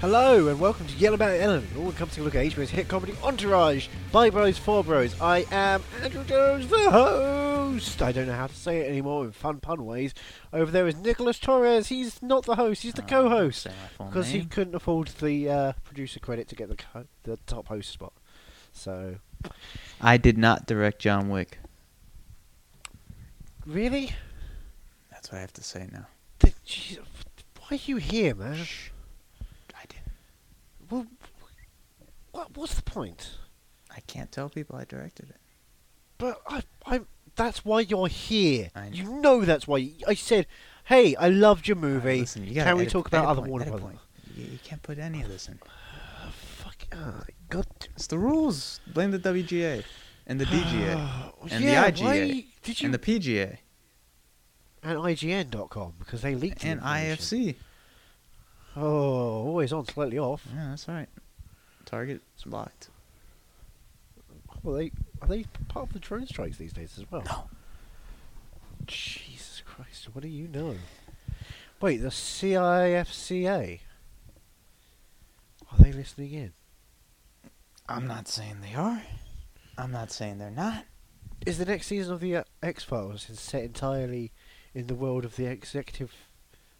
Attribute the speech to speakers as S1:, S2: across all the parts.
S1: Hello and welcome to Yell About Ellen, an all-encompassing look at HBO's hit comedy Entourage by Bros for Bros. I am Andrew Jones, the host. I don't know how to say it anymore in fun pun ways. Over there is Nicholas Torres. He's not the host; he's the
S2: Oh,
S1: co-host
S2: say that for
S1: because he
S2: me.
S1: couldn't afford the uh, producer credit to get the co- the top host spot. So
S2: I did not direct John Wick.
S1: really,
S2: That's what I have to say now.
S1: The- jeez, why are you here, man?
S2: I did.
S1: Well, what, what's the point?
S2: I can't tell people I directed it.
S1: But I, I, that's why you're here.
S2: I know.
S1: You know that's why. You, I said, hey, I loved your
S2: All right,
S1: movie.
S2: listen, you gotta
S1: Can we
S2: edit-
S1: talk about
S2: edit
S1: other
S2: point,
S1: Warner
S2: edit
S1: Brothers?
S2: point. You, you can't put any of this in.
S1: Oh, fuck. Oh, God.
S2: It's the rules. Blame the WGA and the DGA and the
S1: yeah, Why
S2: IGA
S1: did you
S2: and the PGA
S1: and IGN.com because they leaked the
S2: and
S1: information.
S2: IFC.
S1: Oh, always on, slightly off.
S2: Yeah, that's right. Target's blocked.
S1: Well, they are they part of the drone strikes these days as well?
S2: No.
S1: Jesus Christ, what do you know? Wait, the CIFCA. Are they listening in?
S2: I'm not saying they are. I'm not saying they're not.
S1: Is the next season of the uh, X Files set entirely in the world of the executive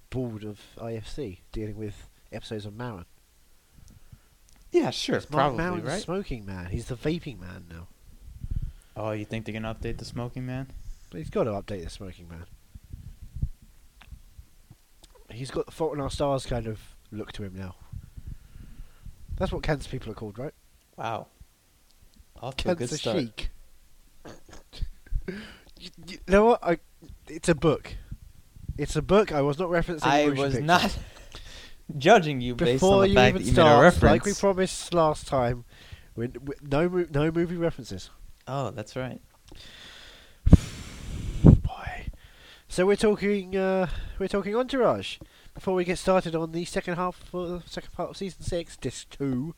S1: board of IFC dealing with episodes of Maron?
S2: Yeah, sure,
S1: Is Mark Maron the smoking man. He's the vaping man now.
S2: Oh, you think they're gonna update the smoking man?
S1: But he's got to update the smoking man. He's got the Fault in Our Stars kind of look to him now. That's what cancer people are called, right?
S2: Wow. Off to a good
S1: Cancer
S2: start.
S1: chic. you, you know what? I, it's a book. It's a book. I was not referencing.
S2: I
S1: motion
S2: was
S1: pictures.
S2: not judging you based
S1: before
S2: on the
S1: you
S2: fact
S1: even
S2: that you made a
S1: start,
S2: reference.
S1: like we promised last time, we, we, no mo- no movie references.
S2: oh, that's right.
S1: Boy, so we're talking uh, we're talking Entourage. Before we get started on the second half, uh, second part of season six, disc two,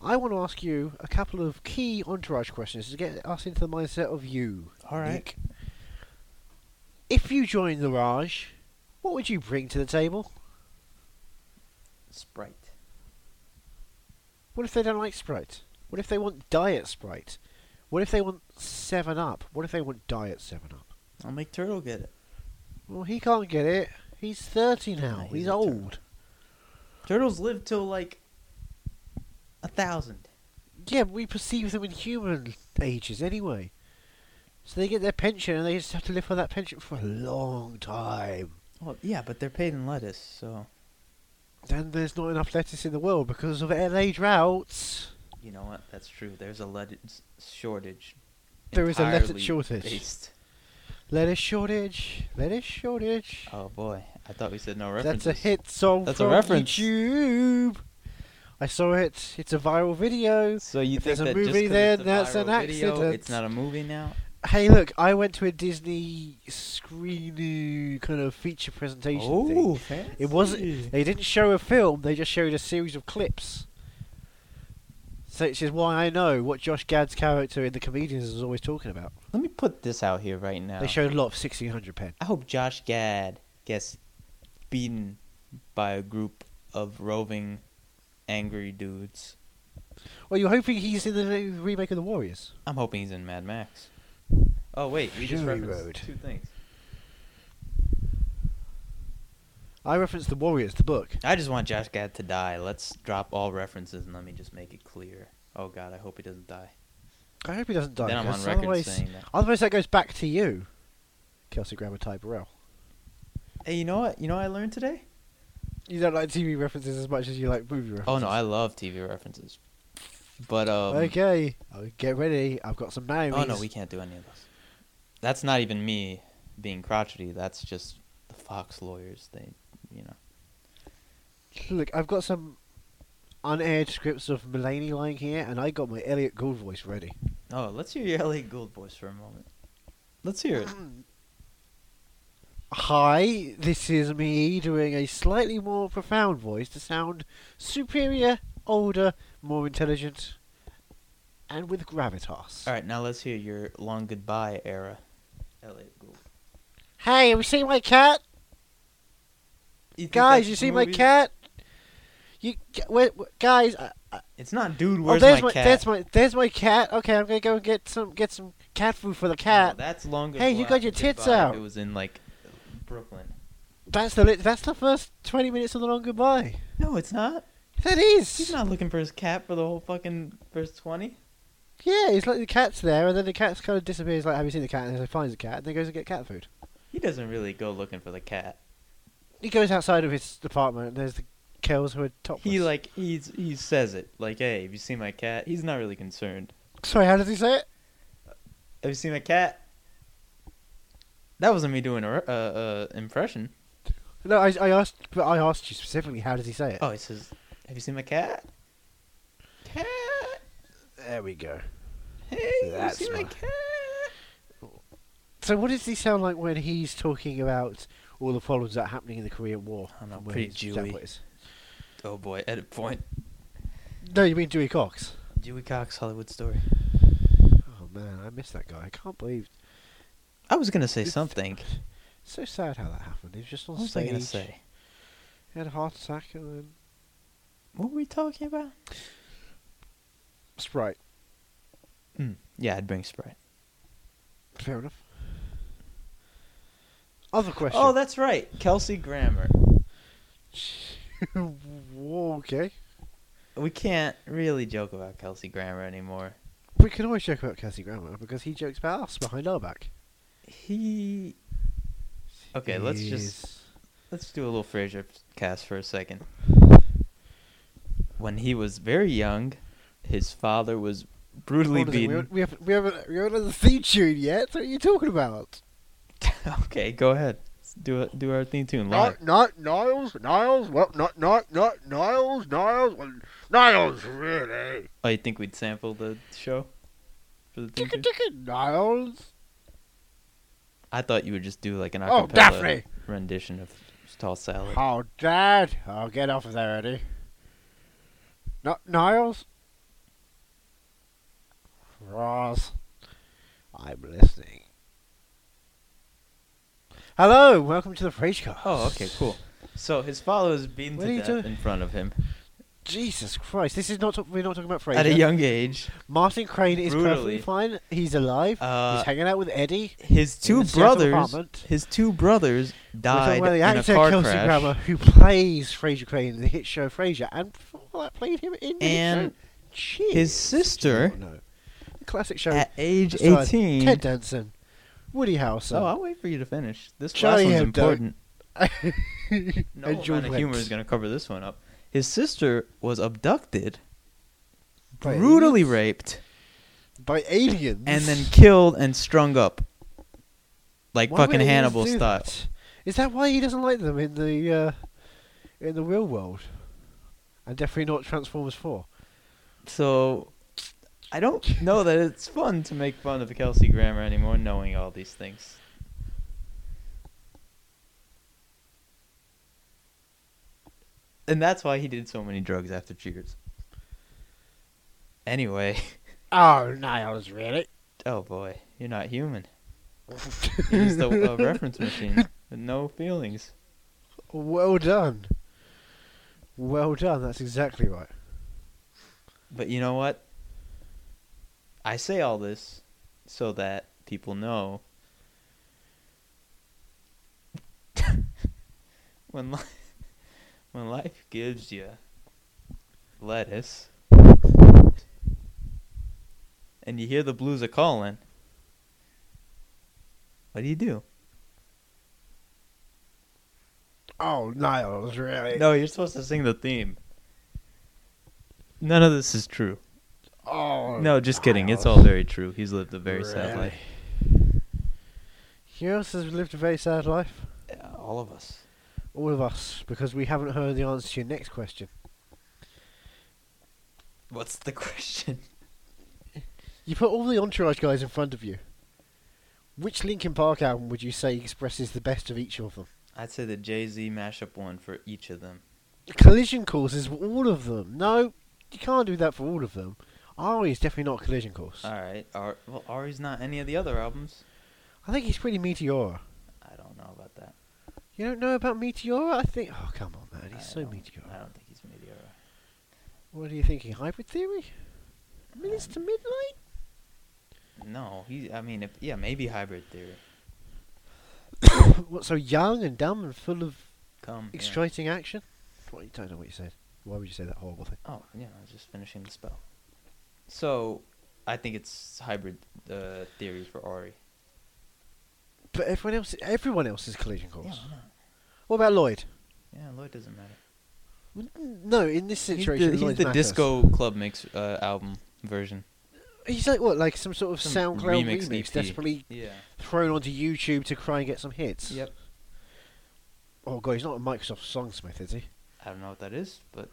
S1: I want to ask you a couple of key Entourage questions to get us into the mindset of you.
S2: All right.
S1: Nick. If you joined the Raj, what would you bring to the table?
S2: Sprite.
S1: What if they don't like Sprite? What if they want Diet Sprite? What if they want 7 Up? What if they want Diet 7 Up?
S2: I'll make Turtle get it.
S1: Well, he can't get it. He's 30 now.
S2: Yeah,
S1: he's
S2: he's a
S1: old.
S2: turd. Turtles live till like a thousand.
S1: Yeah, but we perceive them in human ages anyway. So they get their pension and they just have to live for that pension for a long time.
S2: Well, yeah, but they're paid in lettuce, so
S1: Then there's not enough lettuce in the world because of LA droughts.
S2: you know what? That's true. There's a lettuce shortage.
S1: There is a lettuce
S2: entirely
S1: shortage.
S2: Based.
S1: Lettuce shortage. Lettuce shortage.
S2: Oh boy, I thought we said no
S1: That's
S2: references.
S1: a hit song
S2: That's a
S1: from
S2: reference.
S1: YouTube. I saw it. It's a viral video.
S2: So you
S1: If
S2: think
S1: there's a
S2: that
S1: movie
S2: just 'cause
S1: there,
S2: it's a
S1: that's an
S2: viral video,
S1: accident.
S2: it's not a movie now.
S1: Hey, look, I went to a Disney screen kind of feature presentation
S2: Oh,
S1: thing. It wasn't. They didn't show a film. They just showed a series of clips. So which is why I know what Josh Gad's character in The Comedians is always talking about.
S2: Let me put this out here right now.
S1: They showed a lot of 1600 pen.
S2: I hope Josh Gad gets beaten by a group of roving, angry dudes.
S1: Well, you're hoping he's in the new remake of The Warriors.
S2: I'm hoping he's in Mad Max. Oh wait, we just
S1: Fury
S2: referenced
S1: Road.
S2: two things.
S1: I referenced The Warriors, the book.
S2: I just want Josh Gad to die. Let's drop all references and let me just make it clear. Oh god, I hope he doesn't die.
S1: I hope he doesn't die.
S2: then I'm on
S1: because
S2: record
S1: otherwise,
S2: saying that.
S1: otherwise that goes back to you, Kelsey Grammer Ty Burrell.
S2: Hey, you know what? You know what I learned today?
S1: You don't like TV references as much as you like movie references.
S2: Oh no, I love TV references. But um,
S1: okay, Oh, get ready. I've got some names.
S2: Oh no, we can't do any of those. That's not even me being crotchety. That's just the Fox lawyers. They, you know.
S1: Look, I've got some unaired scripts of Mulaney lying here, and I got my Elliot Gould voice ready.
S2: Oh, let's hear your LA Gould voice for a moment. Let's hear it.
S1: Ah. Hi, this is me doing a slightly more profound voice to sound superior, older, more intelligent, and with gravitas.
S2: All right, now let's hear your long goodbye era. LA Gould.
S1: Hey, have you seen my cat?
S2: You think
S1: Guys,
S2: that's
S1: you
S2: the
S1: see my
S2: movie?
S1: cat? You g- wait, wait, guys. I,
S2: It's not, dude.
S1: oh,
S2: Where's
S1: there's
S2: my
S1: my,
S2: cat?
S1: there's my there's my cat. Okay, I'm gonna go and get some get some cat food for the
S2: No,
S1: cat.
S2: that's longer.
S1: Hey, you got your tits out.
S2: It was in like Brooklyn.
S1: That's the li- that's the first twenty minutes of the long goodbye.
S2: No, it's not.
S1: That
S2: He's
S1: is.
S2: not looking for his cat for the whole fucking first twenty.
S1: Yeah, it's like the cat's there, and then the cat's kind of disappears. Like, have you seen the cat? And he finds the cat, and then goes and get cat food.
S2: He doesn't really go looking for the cat.
S1: He goes outside of his apartment, and there's the girls who are topless.
S2: He like he's he says it like, "Hey, have you seen my cat?" He's not really concerned.
S1: Sorry, how does he say it?
S2: Have you seen my cat? That wasn't me doing a uh, uh, impression.
S1: No, I, I asked, but I asked you specifically. How does he say it?
S2: Oh, he says, "Have you seen my cat?" Cat.
S1: There we go.
S2: Hey,
S1: That's
S2: you seen my
S1: my-
S2: cat?
S1: So, what does he sound like when he's talking about all the problems that are happening in the Korean War?
S2: I don't know,
S1: and where
S2: pretty
S1: his
S2: Jewy.
S1: dad was?
S2: Oh boy, edit point.
S1: No, you mean Dewey Cox?
S2: Dewey Cox Hollywood story.
S1: Oh man, I miss that guy. I can't believe.
S2: I was gonna say something.
S1: So sad how that happened. He was just on
S2: What was I
S1: stage.
S2: gonna say?
S1: He had a heart attack and then
S2: What were we talking about?
S1: Sprite.
S2: Mm. Yeah, I'd bring Sprite.
S1: Fair enough. Other question.
S2: Oh, that's right, Kelsey Grammer.
S1: Whoa, okay.
S2: We can't really joke about Kelsey Grammer anymore.
S1: We can always joke about Cassie Grammer because he jokes about us behind our back.
S2: He. Okay, let's just
S1: Yes.
S2: let's do a little Frasier cast for a second. When he was very young, his father was brutally
S1: Hold on a second,
S2: beaten.
S1: We haven't we haven't we haven't had the theme tune yet. What are you talking about?
S2: okay, go ahead. Let's Do it. Do our theme tune live.
S3: Not, not Niles, Niles, well, not, not, not Niles, Niles, well, Niles, really.
S2: Oh, you think we'd sample the show? For the theme
S3: Chicken,
S2: tune?
S3: chicken, Niles.
S2: I thought you would just do like an
S3: Oh,
S2: acapella
S3: Daphne.
S2: rendition of Tall Salad.
S3: Oh, Dad. Oh, get off of there, Eddie.
S1: Not Niles.
S3: Ross.
S1: I'm listening. Hello, welcome to the Fragecast.
S2: Oh, okay, cool. So his father was beaten
S1: What are
S2: to
S1: you
S2: death
S1: doing?
S2: in front of him
S1: Jesus Christ, this is not talk- we're not talking about Frasier.
S2: at a young age.
S1: Martin Crane is
S2: Brutally.
S1: perfectly fine. He's alive.
S2: Uh,
S1: He's hanging out with Eddie.
S2: his two
S1: the Seattle
S2: brothers,
S1: apartment.
S2: his two brothers
S1: We're talking
S2: died
S1: about
S2: in a car
S1: Kelsey
S2: crash,
S1: Grammer, who plays Fraser Crane in the hit show Frasier, and before that played him in the
S2: and
S1: hit show. Cheers.
S2: his sister
S1: No, the classic show.
S2: at age
S1: starred
S2: eighteen.
S1: uh, Ted Danson, Woody Howson.
S2: oh, I'll wait for you to finish. This
S1: Charlie
S2: last one's
S1: Hebdo.
S2: important. No
S1: and John
S2: amount of humor
S1: Wentz.
S2: is going to cover this one up. His sister was abducted,
S1: By
S2: brutally
S1: aliens?
S2: raped,
S1: by aliens,
S2: and then killed and strung up, like
S1: Why would
S2: fucking
S1: aliens
S2: Hannibal
S1: do
S2: style.
S1: that? Is that why he doesn't like them in the uh, in the real world, and definitely not Transformers Four?
S2: So I don't know that it's fun to make fun of Kelsey Grammer anymore, knowing all these things. And that's why he did so many drugs after Cheers. Anyway,
S3: Oh, Niles, really.
S2: oh boy, you're not human. You're just a, a reference machine with no feelings.
S1: Well done. Well done. That's exactly right.
S2: But you know what? I say all this so that people know when li- when life gives you lettuce and you hear the blues are calling, what do you do?
S3: Oh, Niles, really.
S2: No, you're supposed to sing the theme. None of this is true.
S3: Oh,
S2: No, just kidding. It's
S3: Niles.
S2: all very true. He's lived a very sad
S3: Really?
S2: life.
S1: You know who else has lived a very sad life?
S2: all of us.
S1: All of us, because we haven't heard the answer to your next question.
S2: What's the question?
S1: You put all the Entourage guys in front of you. Which Linkin Park album would you say expresses the best of each of them?
S2: I'd say the Jay Z mashup one for each of them.
S1: Collision course is all of them. No, you can't do that for all of them. Ari is definitely not a collision course.
S2: All right. Ar- well, Ari's not any of the other albums.
S1: I think he's pretty Meteora.
S2: I don't know about that.
S1: You don't know about Meteora? I think. Oh, come on, man.
S2: I
S1: He's so
S2: don't- I
S1: Meteora.
S2: Uh, don't think he's Meteora.
S1: What are you thinking? Hybrid theory?
S2: uh,
S1: Minutes to midnight?
S2: No, he. I mean, if, yeah, maybe hybrid theory.
S1: what, so young and dumb and full of
S2: Come. yeah.
S1: exciting action? What, I don't know what you said. Why would you say that horrible thing?
S2: Oh, yeah, I was just finishing the spell. So, I think it's hybrid uh, theory for Ori.
S1: But everyone else, everyone else is collision course.
S2: Yeah, I know.
S1: What about Lloyd?
S2: yeah, Lloyd doesn't matter.
S1: Well, n- No, in this
S2: He's
S1: situation,
S2: the, he's
S1: Lloyd
S2: the
S1: matters.
S2: disco club mix uh, album version.
S1: He's like what, like some sort of
S2: Some
S1: SoundCloud
S2: remix
S1: remix,
S2: EP.
S1: desperately
S2: Yeah.
S1: thrown onto YouTube to try and get some hits.
S2: Yep.
S1: Oh god, he's not a Microsoft Songsmith, is he?
S2: I don't know what that is, but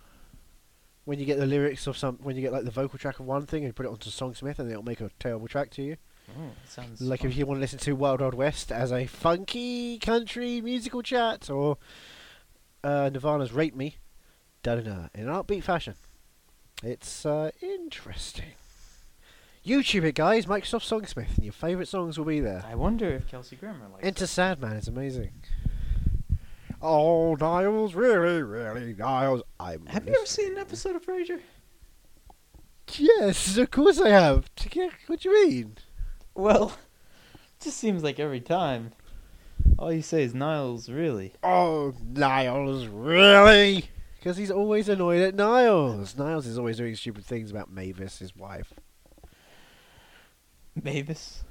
S1: When you get the lyrics of some, when you get like the vocal track of one thing and you put it onto Songsmith, and it'll make a terrible track to you.
S2: oh, it sounds
S1: Like
S2: fun.
S1: if you want to listen to Wild Wild West as a funky country musical chat, or uh, Nirvana's "Rape Me," da da da, in an upbeat fashion. It's uh, interesting. YouTube it, guys. Microsoft Songsmith, and your favourite songs will be there.
S2: I wonder if Kelsey Grammer likes.
S1: Enter Sadman is amazing. Oh, Niles, really, really, Niles. I'm.
S2: it. Have you ever seen an episode of Frasier?
S1: Yes, of course I have. Yeah, What do you mean?
S2: Well, it just seems like every time, all you say is Niles. Really?
S1: Oh, Niles, really? Because he's always annoyed at Niles. Niles is always doing stupid things about Mavis, his wife.
S2: Mavis.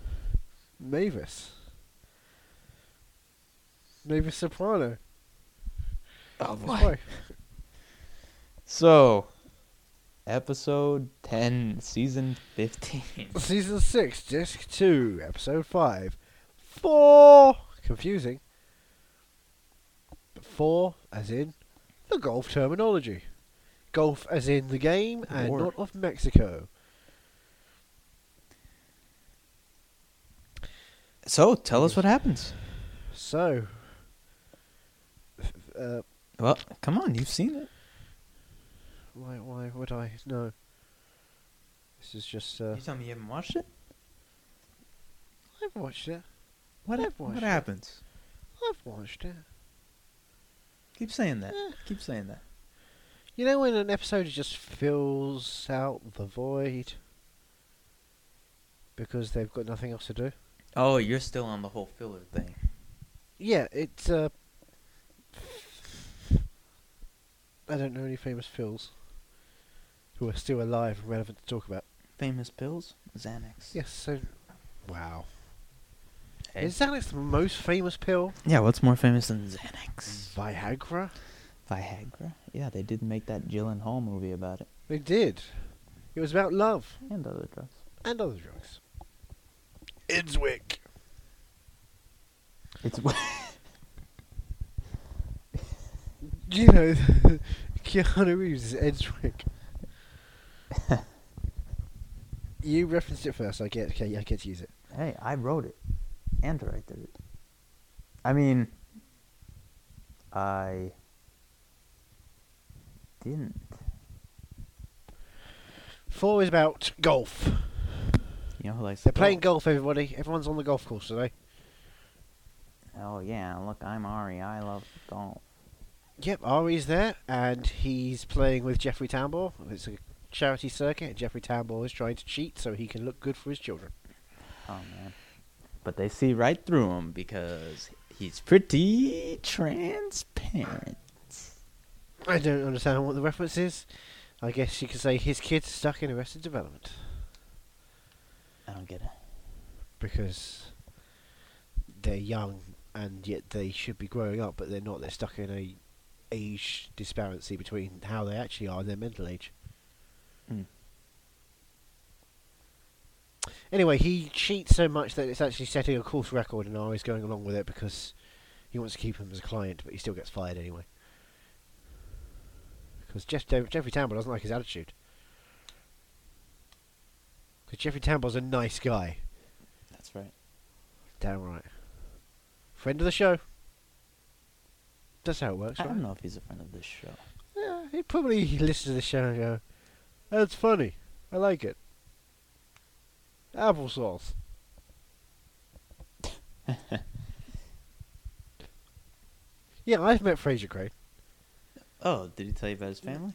S1: Mavis. Mavis Soprano.
S2: Oh
S1: his wife.
S2: So, episode 10, season 15.
S1: Season 6, Disc 2, Episode 5. 4! Confusing. But 4 as in the golf terminology. Golf as in the game and
S2: Lord.
S1: not of Mexico.
S2: So, tell us what happens.
S1: So. Uh,
S2: Well, come on, you've seen it.
S1: Why? Why would I? No. This is just. Uh,
S2: tell me you haven't watched it?
S1: I've watched it.
S2: What,
S1: I've watched
S2: what
S1: it.
S2: happens?
S1: I've watched it.
S2: Keep saying that.
S1: Eh.
S2: Keep saying that.
S1: You know when an episode just fills out the void because they've got nothing else to do.
S2: Oh, you're still on the whole filler thing.
S1: Yeah, it's. Uh, I don't know any famous fills who are still alive and relevant to talk about.
S2: Famous pills? Xanax.
S1: Yes. So. Wow.
S2: Hey.
S1: Is Xanax the most famous pill?
S2: Yeah, what's more famous than Xanax?
S1: Viagra.
S2: Viagra? Yeah, they did make that Jillian Hall movie about it.
S1: They did. It was about love.
S2: And other drugs.
S1: and other drugs. Idswick.
S2: It's
S1: You know, Keanu Reeves is Edswick. you referenced it first. I get. Okay, I get to use it.
S2: Hey, I wrote it and directed it. I mean, I didn't.
S1: Four is about golf.
S2: You know who likes
S1: They're playing golf. Everybody. Everyone's on the golf course today.
S2: Oh yeah, look, I'm Ari. I love golf.
S1: Yep, Ari's there, and he's playing with Jeffrey Tambor. It's a charity circuit, and Jeffrey Tambor is trying to cheat so he can look good for his children.
S2: Oh man, but they see right through him because he's pretty transparent.
S1: I don't understand what the reference is. I guess you could say his kid's stuck in Arrested Development.
S2: I don't get it.
S1: because they're young and yet they should be growing up, but they're not. They're stuck in a age disparity between how they actually are and their mental age.
S2: Hmm.
S1: Anyway, he cheats so much that it's actually setting a course record, and Ari's going along with it because he wants to keep him as a client, but he still gets fired anyway. Because Jeff, Jeffrey Tambor doesn't like his attitude. Because Jeffrey Tambor's a nice guy.
S2: That's right.
S1: Damn right. Friend of the show. That's how it works,
S2: I
S1: right?
S2: don't know if he's a friend of this show.
S1: Yeah, he probably listens to the show and go, That's funny. I like it. Applesauce. yeah, I've met Fraser Crane.
S2: Oh, did he tell you about his family?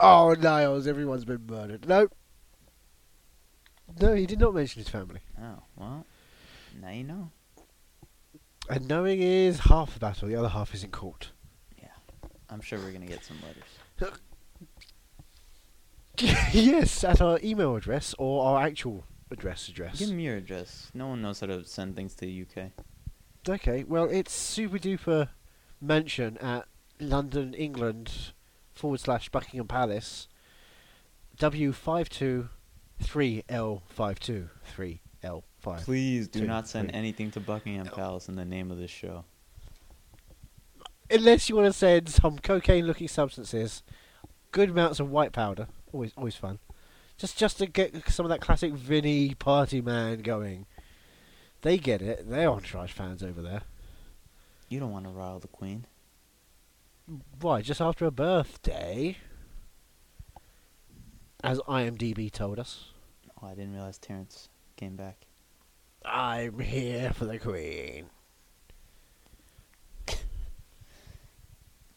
S1: oh, Niles, everyone's been murdered. No. No, he did not mention his family.
S2: Oh, well. Now you know.
S1: And knowing is half the battle, the other half is in court.
S2: I'm sure we're going to get some letters.
S1: yes, at our email address or our actual address address.
S2: Give me your address. No one knows how to send things to the UK.
S1: Okay, well, it's super duper mansion at London, England, forward slash Buckingham Palace, W523L523L5.
S2: Please do
S1: Two,
S2: not send
S1: three.
S2: anything to Buckingham
S1: No.
S2: Palace in the name of this show.
S1: Unless you want to send some cocaine looking substances, good amounts of white powder, always, always fun. Just, just to get some of that classic Vinny party man going. They get it. They're entourage fans over there.
S2: You don't want to rile the Queen.
S1: Why, just after her birthday? As IMDb told us.
S2: Oh, I didn't realize Terrence came back.
S1: I'm here for the Queen.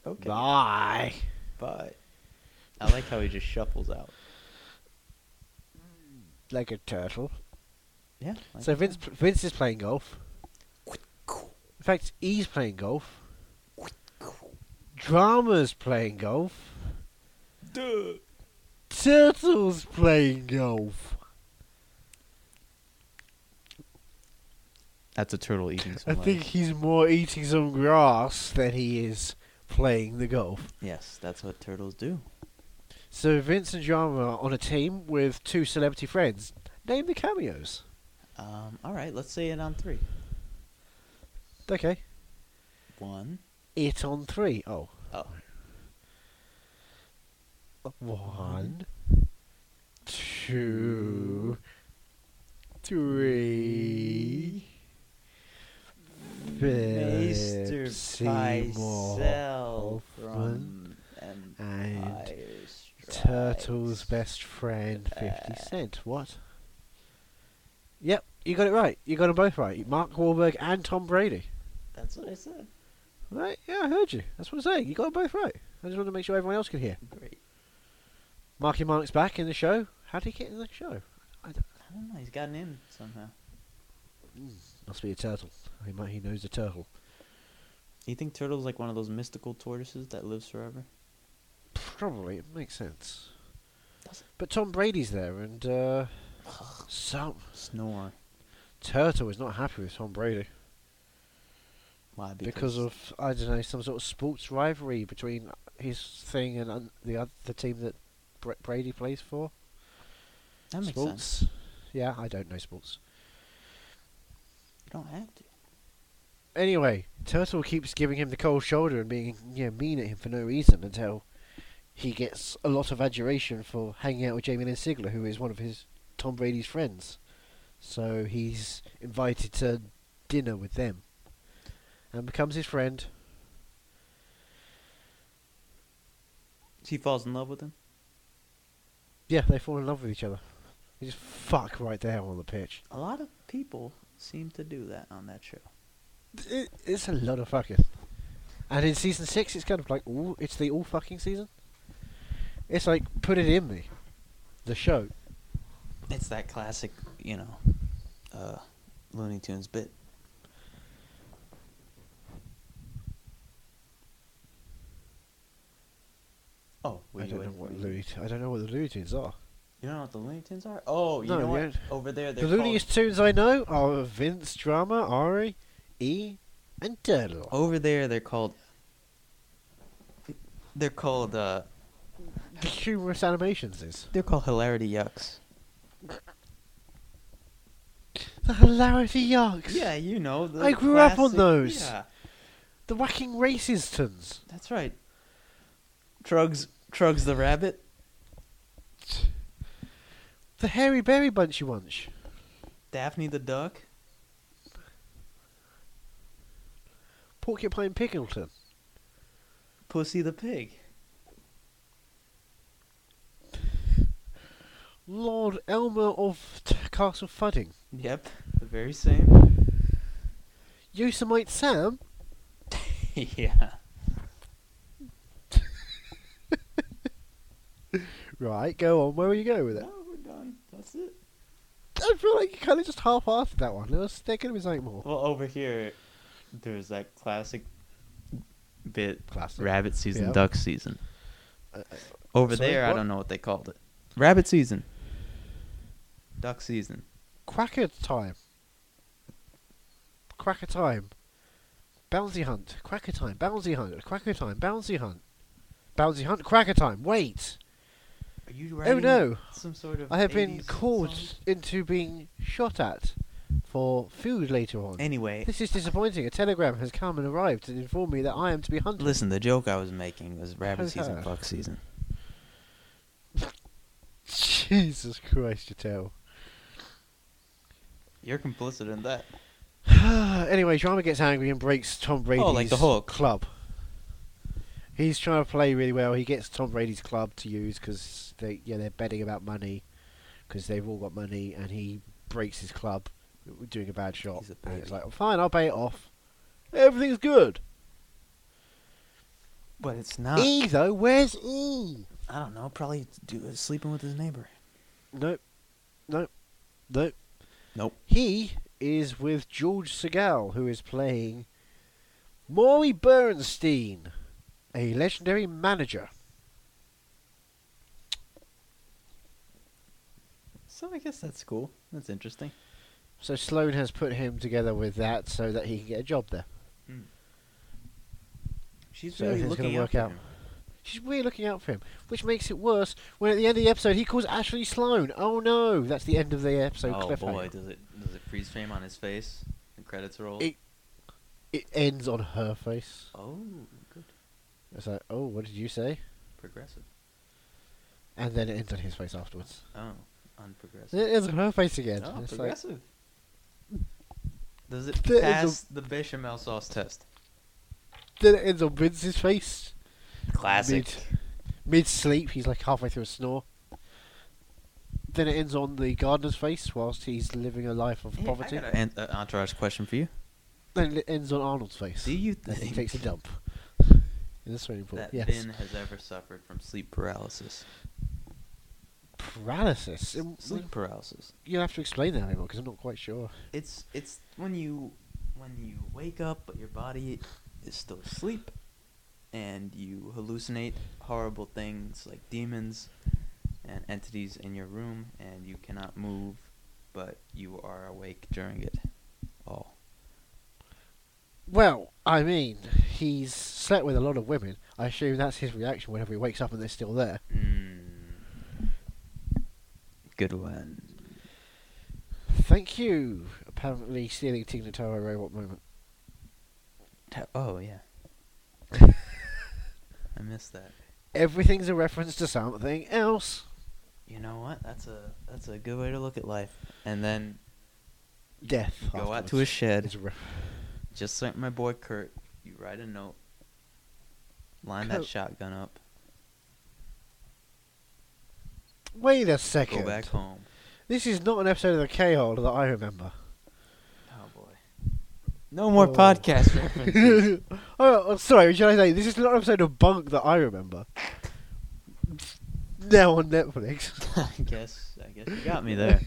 S2: Okay.
S1: Bye.
S2: Bye. I like how he just shuffles out.
S1: Like a turtle.
S2: Yeah. like
S1: So
S2: that.
S1: Vince, Vince is playing golf. In fact, he's playing golf. Drama's playing golf.
S2: Duh.
S1: Turtle's playing golf.
S2: That's a turtle eating
S1: I
S2: some
S1: think
S2: lettuce.
S1: he's more eating some grass than he is playing the golf.
S2: Yes, that's what turtles do.
S1: So Vince and Drama are on a team with two celebrity friends. Name the cameos.
S2: Um, all right, let's say it on three.
S1: Okay.
S2: One.
S1: It on three. Oh.
S2: Oh.
S1: One,
S2: Mm-hmm.
S1: two, three.
S2: Mr.
S1: Philip Seymour
S2: Bicel
S1: Hoffman
S2: from
S1: and
S2: Empire Strikes
S1: Turtle's best friend, Fifty
S2: Back.
S1: Cent. What? Yep, you got it right. You got them both right. Mark Wahlberg and Tom Brady.
S2: That's what I said.
S1: Right? Yeah, I heard you. That's what I'm saying. You got them both right. I just want to make sure everyone else can hear.
S2: Great.
S1: Marky Mark's back in the show. How did he get in the show?
S2: I don't know. He's gotten in somehow.
S1: Must be a turtle. He might he knows a turtle.
S2: You think Turtle's like one of those mystical tortoises that lives forever?
S1: Probably it makes sense.
S2: Does it?
S1: But Tom Brady's there, and uh, some
S2: Snore.
S1: turtle is not happy with Tom Brady
S2: Why?
S1: because, of I don't know some sort of sports rivalry between his thing and un- the other the team that Br- Brady plays for.
S2: that makes
S1: sports.
S2: sense.
S1: Yeah, I don't know sports.
S2: You don't have to.
S1: Anyway, Turtle keeps giving him the cold shoulder and being you know, mean at him for no reason until he gets a lot of adoration for hanging out with Jamie Lynn Sigler, who is one of his Tom Brady's friends. So he's invited to dinner with them and becomes his friend.
S2: She falls in love with him.
S1: Yeah, they fall in love with each other. They just fuck right there on the pitch.
S2: A lot of people seem to do that on that show.
S1: It, it's a lot of fucking. And in season six, it's kind of like, ooh, it's the all fucking season. It's like, put it in me. The show.
S2: It's that classic, you know, uh, Looney Tunes bit. Oh, were
S1: I
S2: you
S1: don't know
S2: waiting for
S1: what
S2: me?
S1: Looney. T- I don't know what the oh. Looney Tunes are.
S2: You don't know what the Looney Tunes are? Oh, you
S1: No,
S2: know
S1: you
S2: what?
S1: don't.
S2: Over there, they're
S1: the Looneyest tunes I know are Vince, Drama, Ari, E, and Turtle.
S2: called, over there. They're called. They're called. uh
S1: The humorous animations is
S2: They're called hilarity yucks.
S1: the hilarity yarks.
S2: Yeah, you know. The
S1: I grew up on
S2: classic-
S1: those.
S2: Yeah,
S1: The whacking races tunes.
S2: that's right. Trugs, Trugs the rabbit.
S1: The hairy berry bunchy bunch.
S2: Daphne the duck.
S1: Porcupine Pickleton.
S2: Pussy the pig.
S1: Lord Elmer of T- Castle Fudding.
S2: Yep, the very same.
S1: Yosemite Sam.
S2: yeah.
S1: Right, go on. Where were you going with it?
S2: No, we're done. That's it.
S1: I feel like you kind of just half-assed that one. There was there could be something more.
S2: Well, over here, there's that classic bit
S1: Classic.
S2: rabbit season,
S1: Yeah.
S2: duck season.
S1: Uh, uh,
S2: Over
S1: Sorry,
S2: there, I
S1: what?
S2: don't know what they called it. Rabbit season, duck season.
S1: Quacker time. Quacker time. Bouncy hunt. Quacker time. Bouncy hunt. Quacker time. Bouncy hunt. Bouncy hunt. Quacker time. Wait.
S2: Are you
S1: Oh no.
S2: Some sort of.
S1: I have been called into being shot at for food later on.
S2: Anyway,
S1: This is disappointing. A telegram has come and arrived to inform me that I am to be hunted.
S2: listen. The joke I was making was rabbit
S1: How's
S2: season,
S1: that?
S2: duck season.
S1: Jesus Christ, you tell.
S2: You're complicit in that.
S1: anyway, Drama gets angry and breaks Tom Brady's
S2: Oh, like the Hulk.
S1: club. He's trying to play really well. He gets Tom Brady's club to use because they, yeah, they're betting about money because they've all got money, and he breaks his club doing a bad shot.
S2: He's a
S1: and it's
S2: baby.
S1: like, fine, I'll pay it off. Everything's good.
S2: But it's not.
S1: E though, where's E?
S2: I don't know. Probably do, sleeping with his neighbor.
S1: Nope, nope, nope.
S2: Nope.
S1: He is with George Segal, who is playing Maury Bernstein, a legendary manager.
S2: So I guess that's cool. That's interesting.
S1: So Sloan has put him together with that so that he can get a job there.
S2: She's
S1: So
S2: really
S1: everything's gonna
S2: looking out
S1: work
S2: for
S1: out.
S2: him.
S1: She's really looking out for him, which makes it worse when at the end of the episode he calls Ashley Sloan. Oh no, that's the end of the episode.
S2: oh
S1: cliffhanger.
S2: boy, does it does it freeze frame on his face? The credits roll.
S1: It- It ends on her face.
S2: oh, good,
S1: It's like, oh, what did you say?
S2: progressive.
S1: And then it ends on his face afterwards.
S2: Oh, unprogressive.
S1: It ends on her face again.
S2: oh,
S1: It's like,
S2: progressive. does it
S1: There is a-
S2: pass the bechamel sauce test?
S1: then it ends on Vince's face.
S2: Classic.
S1: Mid sleep, he's like halfway through a snore. Then it ends on the gardener's face whilst he's living a life of
S2: Hey,
S1: poverty.
S2: I got an uh, entourage question for you.
S1: Then it ends on Arnold's face.
S2: Do you
S1: Then he
S2: think
S1: takes a dump in the swimming pool.
S2: that
S1: yes.
S2: Ben has ever suffered from sleep paralysis?
S1: Paralysis. Um,
S2: Sleep paralysis.
S1: You'll have to explain that a bit more because I'm not quite sure.
S2: It's it's when you when you wake up but your body is still asleep and you hallucinate horrible things like demons and entities in your room and you cannot move but you are awake during it all.
S1: Well, I mean, he's slept with a lot of women. I assume that's his reaction whenever he wakes up and they're still there.
S2: Mm. Good one.
S1: Thank you. Apparently, stealing Tignataro robot moment.
S2: Ta- Oh yeah. I missed that.
S1: Everything's a reference to something else.
S2: You know what? That's a that's a good way to look at life. And then
S1: Death.
S2: go out
S1: afterwards.
S2: to a shed.
S1: It's a re-
S2: Just like my boy Kurt, you write a note, line that
S1: Kurt.
S2: shotgun up,
S1: Wait a second.
S2: go back home.
S1: This is not an episode of the K hole that I remember.
S2: Oh boy. No more
S1: Oh.
S2: podcast references.
S1: oh, oh, sorry, should I say this is not an episode of Bunk that I remember. Now on Netflix.
S2: I guess I guess you got me there.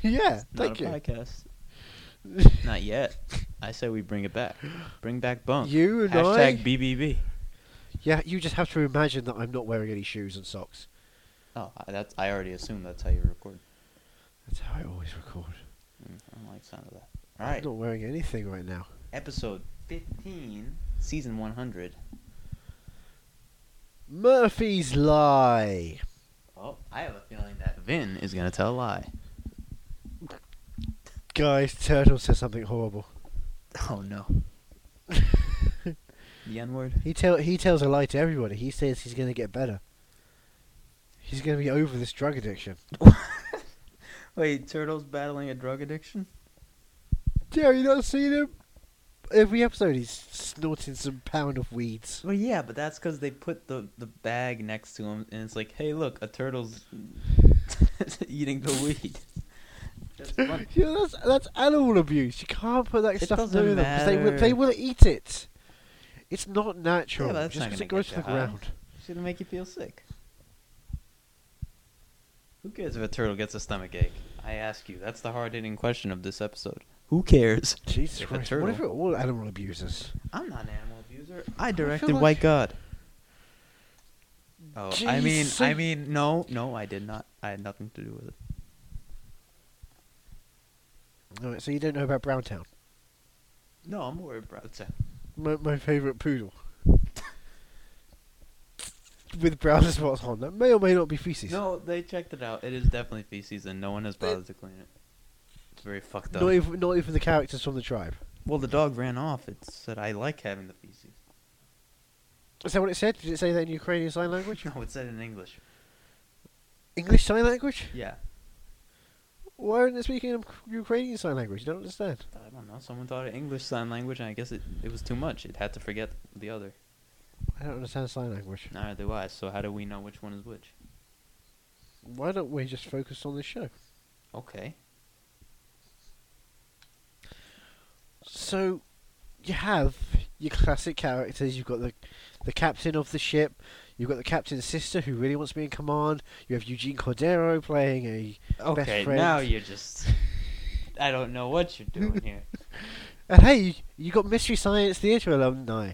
S1: yeah,
S2: Not
S1: thank
S2: a
S1: you.
S2: podcast. Not yet. I say we bring it back. Bring back bunk.
S1: You and
S2: Hashtag
S1: I.
S2: BBB.
S1: yeah, you just have to imagine that I'm not wearing any shoes and socks.
S2: Oh, I- that's I already assumed that's how you record.
S1: That's how I always record.
S2: Mm, I don't like the sound of that. All
S1: I'm
S2: right,
S1: not wearing anything right now.
S2: episode fifteen, season one hundred.
S1: Murphy's lie.
S2: Oh, I have a feeling that Vin is gonna tell a lie.
S1: Guys, Turtle says something horrible.
S2: Oh no. the N word.
S1: He tell he tells a lie to everybody. He says he's going to get better. He's going to be over this drug addiction.
S2: Wait, turtles battling a drug addiction?
S1: Yeah, you not seen him? Every episode, he's snorting some pound of weeds.
S2: Well, yeah, but that's because they put the the bag next to him, and it's like, hey, look, a turtle's eating the weed. That's funny.
S1: Yeah, that's that's animal abuse. You can't put that
S2: It
S1: stuff
S2: doesn't
S1: near them 'cause they will,
S2: matter.
S1: they will eat it. It's not natural
S2: that's
S1: just
S2: not
S1: because
S2: gonna
S1: it goes
S2: get
S1: to the
S2: you high.
S1: ground.
S2: It's gonna make you feel sick. Who cares if a turtle gets a stomach ache? I ask you. That's the hard-hitting question of this episode. Who cares?
S1: Jesus
S2: If a
S1: Christ.
S2: turtle-
S1: What if we're all animal abusers?
S2: I'm not an animal abuser. I
S1: feel
S2: directed
S1: like-
S2: White God. Oh, I mean,
S1: Jeez,
S2: I
S1: so-
S2: mean, no, no, I did not. I had nothing to do with it.
S1: All right, so you don't know about Browntown?
S2: No, I'm worried about that.
S1: My, my favourite poodle. With brown spots on. That may or may not be feces.
S2: No, they checked it out. It is definitely feces, and no one has bothered to clean it. It's very fucked up.
S1: Not even, not even the characters from the tribe.
S2: Well, the dog ran off. It said, "I like having the feces."
S1: Is that what it said? Did it say that in Ukrainian Sign Language?
S2: No, it said in English.
S1: English Sign Language?
S2: Yeah,
S1: Why aren't they speaking in Ukrainian Sign Language? You don't understand.
S2: I don't know. Someone taught it English sign language, and I guess it, it was too much. It had to forget the other.
S1: I don't understand sign language.
S2: Neither do I. So how do we know which one is which?
S1: Why don't we just focus on this show?
S2: Okay.
S1: So, you have your classic characters. You've got the the captain of the ship. You've got the captain's sister who really wants to be in command. You have Eugene Cordero playing a.
S2: Okay.
S1: friend.
S2: Now you're just. I don't know what you're doing here.
S1: And hey, you got Mystery Science Theatre alumni,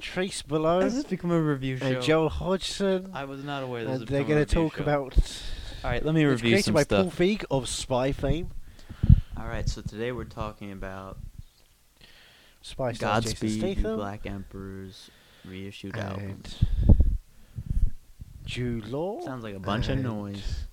S1: Trace Below
S2: Has this become a review show?
S1: and Joel Hodgson,
S2: I was not aware. This
S1: and
S2: was
S1: they're
S2: going to
S1: talk about.
S2: All right, let me
S1: It's
S2: review
S1: created
S2: some
S1: by
S2: stuff.
S1: Paul Feig of Spy fame.
S2: All right, so today we're talking about
S1: Spy star Jason
S2: Godspeed, You
S1: Statham,
S2: Black Emperors reissued album.
S1: and Jude Law.
S2: Sounds like a bunch of
S1: and
S2: noise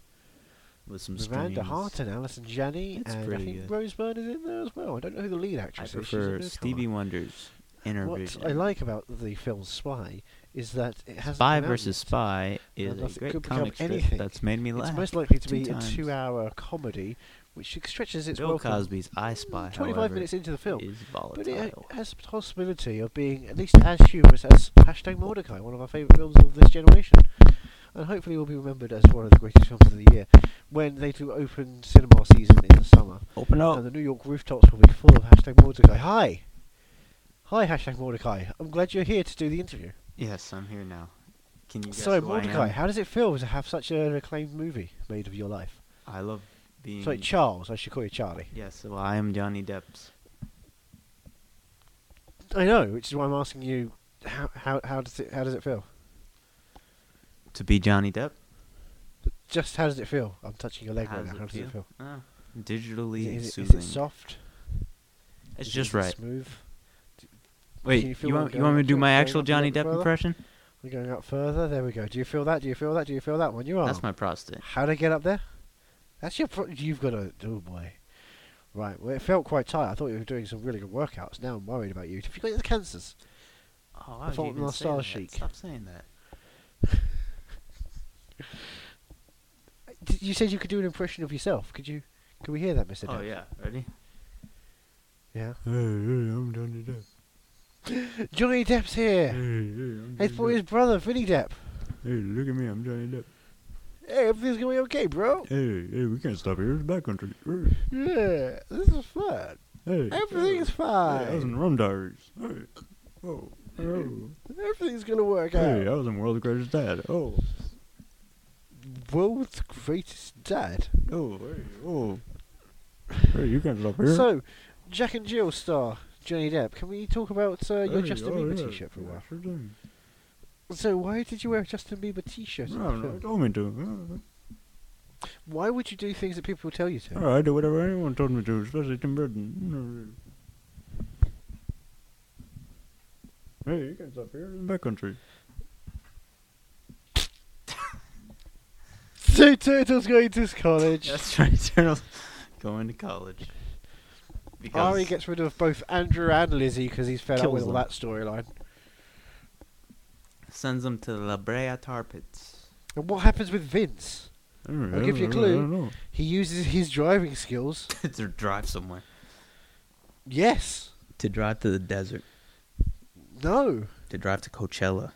S2: with some
S1: Miranda
S2: screams.
S1: Hart and Alison Janney,
S2: That's
S1: and I
S2: pretty
S1: think
S2: good.
S1: Rose Byrne is in there as well. I don't know who the lead
S2: I
S1: actress is. She's a
S2: prefer
S1: newcomer.
S2: Stevie Wonder's Inner
S1: What
S2: Vision.
S1: I like about the film Spy is that it has
S2: Spy versus Spy is
S1: Unless
S2: a
S1: it
S2: great
S1: could become
S2: comic strip
S1: anything.
S2: that's made me laugh.
S1: It's most likely to
S2: two
S1: be
S2: times.
S1: a two-hour comedy, which stretches its
S2: Bill
S1: welcome
S2: Cosby's I Spy,
S1: 25
S2: however,
S1: minutes into the film.
S2: is
S1: But it
S2: volatile.
S1: has the possibility of being at least as humorous as Hashtag Mordecai, one of our favourite films of this generation. And hopefully will be remembered as one of the greatest films of the year when they do open cinema season in the summer.
S2: Open up.
S1: And the New York rooftops will be full of hashtag Mordecai. Hi! Hi, hashtag Mordecai. I'm glad you're here to do the interview.
S2: Yes, I'm here now. Can you guess
S1: So,
S2: who
S1: Mordecai,
S2: I, am?
S1: how does it feel to have such an acclaimed movie made of your life?
S2: I love being.
S1: Sorry, Charles. I should call you Charlie.
S2: yes, well, I am Johnny Depp's.
S1: I know, which is why I'm asking you, how, how, how, does, it, how does it feel?
S2: To be Johnny Depp.
S1: Just how does it feel? I'm touching your leg
S2: How
S1: right
S2: does
S1: now.
S2: it
S1: How does it
S2: feel?
S1: feel?
S2: Ah,
S1: Is
S2: digitally
S1: it- is it, is
S2: soothing.
S1: it soft? Is
S2: It's
S1: it-
S2: just
S1: is it
S2: right.
S1: smooth?
S2: Wait,
S1: Can you
S2: you,
S1: feel where I'm
S2: want you
S1: going
S2: want me
S1: with
S2: to do
S1: this?
S2: my
S1: Going
S2: actual
S1: up a
S2: Johnny
S1: little
S2: Depp
S1: further?
S2: impression?
S1: We're going out further. There we go. Do you feel that? Do you feel that? Do you feel that? One you are.
S2: That's my prostate.
S1: How to get up there? That's your. Pro- you've got to. Oh boy. Right. Well, it felt quite tight. I thought you were doing some really good workouts. Now I'm worried about you. Have you got any cancers?
S2: Oh,
S1: would you Fault in even Our say Stars that? chic.
S2: Stop saying that.
S1: D- You said you could do an impression of yourself. Could you? Can we hear that, Mister?
S2: Oh yeah, ready?
S1: Yeah.
S2: Hey, hey, I'm Johnny Depp.
S1: Johnny Depp's
S2: Hey,
S1: here.
S2: I'm
S1: It's
S4: Mm-hmm.
S1: for his brother, Vinny Depp.
S4: Hey, look at me, I'm Johnny Depp.
S1: Hey, everything's gonna be okay, bro.
S4: Hey, hey, we can't stop here. It's backcountry. Hey,
S1: Yeah. This is fun.
S4: hey.
S1: Everything's
S4: Hey, I was in
S1: fine.
S4: Rum Diaries. Hey, oh, oh.
S1: Everything's gonna work
S4: Hey, I
S1: out.
S4: was in World's Greatest Dad. Oh,
S1: World's greatest dad.
S4: oh, hey, oh. Hey, you can't stop here.
S1: So, uh, Jack and Jill star Johnny Depp. Can we talk about uh, your
S4: Hey,
S1: Justin
S4: oh,
S1: Bieber
S4: yeah,
S1: t-shirt for a
S4: yeah,
S1: while?
S4: Sure thing.
S1: So why did you wear a Justin Bieber t-shirt? in
S4: No,
S1: the
S4: no,
S1: film?
S4: told me to.
S1: Why would you do things that people tell you to?
S4: Uh, I do whatever anyone told me to, especially Tim Burton. Hey, you can't stop here. It's backcountry.
S1: So Turtles going to college.
S2: That's right, Turtle. Going to college. Because
S1: Ari gets rid of both Andrew and Lizzie because he's fed up
S2: Kills
S1: with all
S2: them.
S1: that storyline.
S2: sends them to La Brea Tar Pits.
S1: And what happens with Vince?
S4: I don't know,
S1: I'll
S4: I
S1: give you a
S4: don't know, I
S1: clue.
S4: don't know.
S1: He uses his driving skills.
S2: to drive somewhere.
S1: Yes.
S2: To drive to the desert.
S1: No.
S2: To drive to Coachella.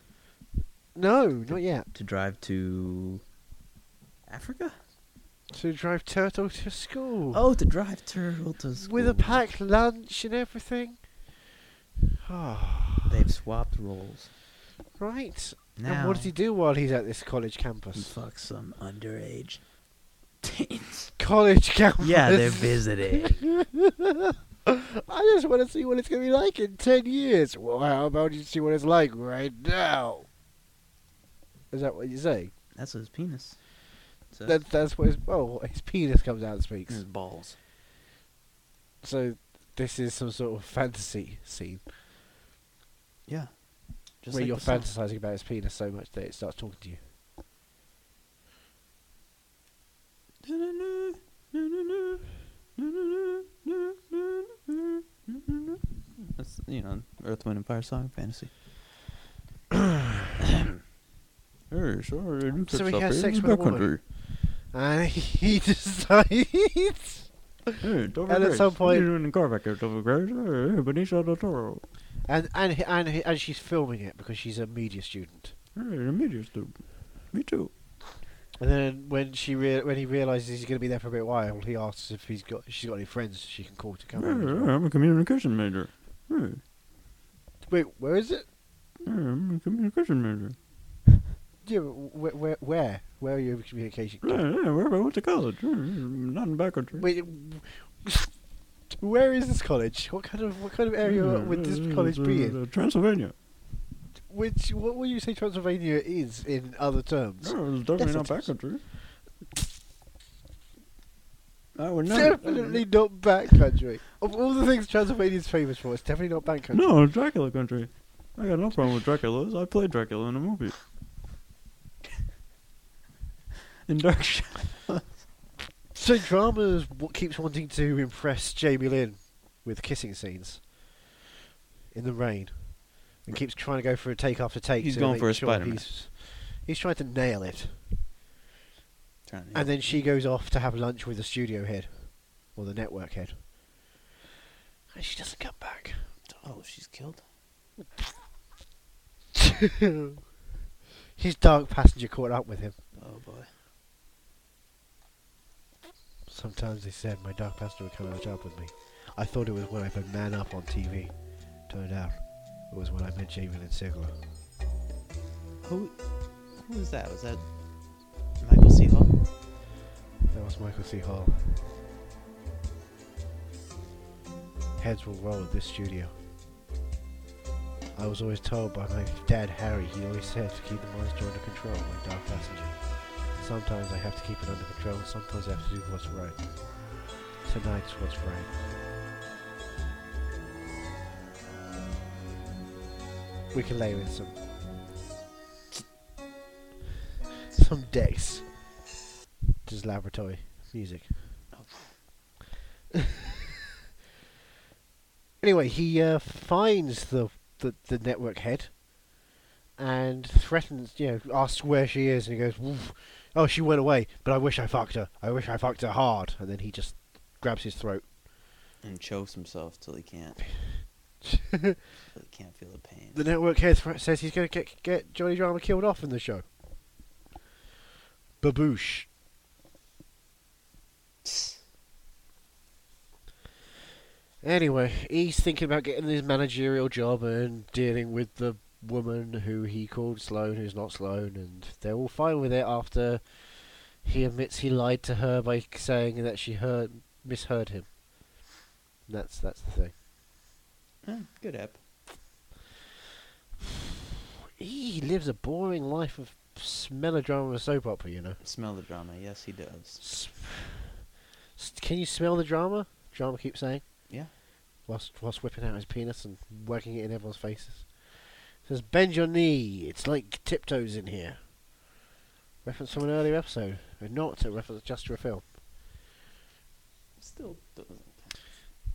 S1: No. Not yet.
S2: To drive to Africa.
S1: To drive Turtle to school
S2: Oh, to drive Turtle to school.
S1: with a packed lunch and everything.
S2: They've swapped roles.
S1: right.
S2: Now
S1: And what does he do while he's at this college
S2: he
S1: campus?
S2: fucks some underage planes.
S1: College campus.
S2: yeah, they're visiting.
S1: I just want to see what it's going to be like in 10 years. Well, how about you see what it's like right now? Is that what you say?
S2: That's his penis. So
S1: That, that's what his, oh, his penis comes out and speaks.
S2: his balls.
S1: So this is some sort of fantasy scene
S2: Yeah. Just
S1: where
S2: like
S1: you're
S2: the song.
S1: fantasizing about his penis so much that it starts talking to you.
S2: That's you know Earth, Wind and Fire song fantasy. hey, sorry, I didn't
S1: So
S2: catch
S1: he
S2: that
S1: has
S2: baby
S1: sex
S2: in
S1: with a
S2: backcountry.
S1: And he decides.
S4: Hey, Dover
S1: And at
S4: Grace,
S1: some
S4: What are
S1: point-
S4: you doing in the car back there, Dover Grace? Hey, Benicio del Toro.
S1: And, and, he- and, he- and she's filming it because she's a media student.
S4: Hey, the media's dude. Me too.
S1: And then when she rea- when he realizes he's going to be there for a bit while, he asks if he's got she's got any friends she can call to
S4: Hey,
S1: come. round as well.
S4: I'm a communication major. Hey,
S1: Wait, where is it?
S4: hey, I'm a communication major.
S1: Yeah, where where where, where are you in communication?
S4: Yeah, yeah, wherever I went to college. Hey, Not in backcountry.
S1: Wait, w- where is this college? What kind of what kind of area
S4: Yeah,
S1: would this
S4: yeah,
S1: college be
S4: yeah,
S1: in?
S4: yeah, uh, Transylvania.
S1: Which what would you say Transylvania is in other terms?
S4: No, it's definitely not
S1: That's
S4: backcountry. I would not.
S1: Definitely not backcountry. Of all the things Transylvania is famous for, it's definitely not backcountry.
S4: No, Dracula country. I got no problem with Dracula's. I played Dracula in a movie. In Dark Shadow.
S1: So drama is what keeps wanting to impress Jamie Lynn with kissing scenes in the rain, and keeps trying to go for a take after take.
S2: He's
S1: to
S2: going
S1: make
S2: for a
S1: sure
S2: Spider-Man.
S1: He's, he's trying to nail it,
S2: Trying to-
S1: and then she goes off to have lunch with the studio head, or the network head, and she doesn't come back.
S2: oh, she's killed.
S1: His dark passenger caught up with him.
S2: Oh boy.
S1: Sometimes they said my dark passenger would come out up with me. I thought it was when I put Man Up on TV. Turned out it was when I met Jamie Lynn Sigler.
S2: Who? Who was that? Was that Michael C. Hall?
S1: That was Michael C. Hall. Heads will roll at this studio. I was always told by my dad Harry, he always said to keep the monster under control, my dark passenger. Sometimes I have to keep it under control, and sometimes I have to do what's right. Tonight's what's right. We can layer in some. some decks. Just laboratory music. anyway, he uh, finds the, the the network head and threatens. You know, asks where she is, and he goes, "Woof. "Oh, she went away, but I wish I fucked her. I wish I fucked her hard." And then he just grabs his throat.
S2: And chokes himself till he can't. till he can't feel the pain.
S1: The network head thre- says he's going to get get Johnny Drama killed off in the show. Baboosh. Anyway, he's thinking about getting his managerial job and dealing with the woman who he called Sloane, who's not Sloane, and they're all fine with it after he admits he lied to her by saying that she heard misheard him. That's that's the thing.
S2: Eh, good app.
S1: He lives a boring life of s- melodrama and soap opera, you know.
S2: Smell the drama. Yes, he does.
S1: S- s- Can you smell the drama? Drama keeps saying.
S2: Yeah.
S1: Whilst, whilst whipping out his penis and working it in everyone's faces. says, bend your knee. It's like tiptoes in here. Reference from an earlier episode. And not a reference just to a film.
S2: Still doesn't.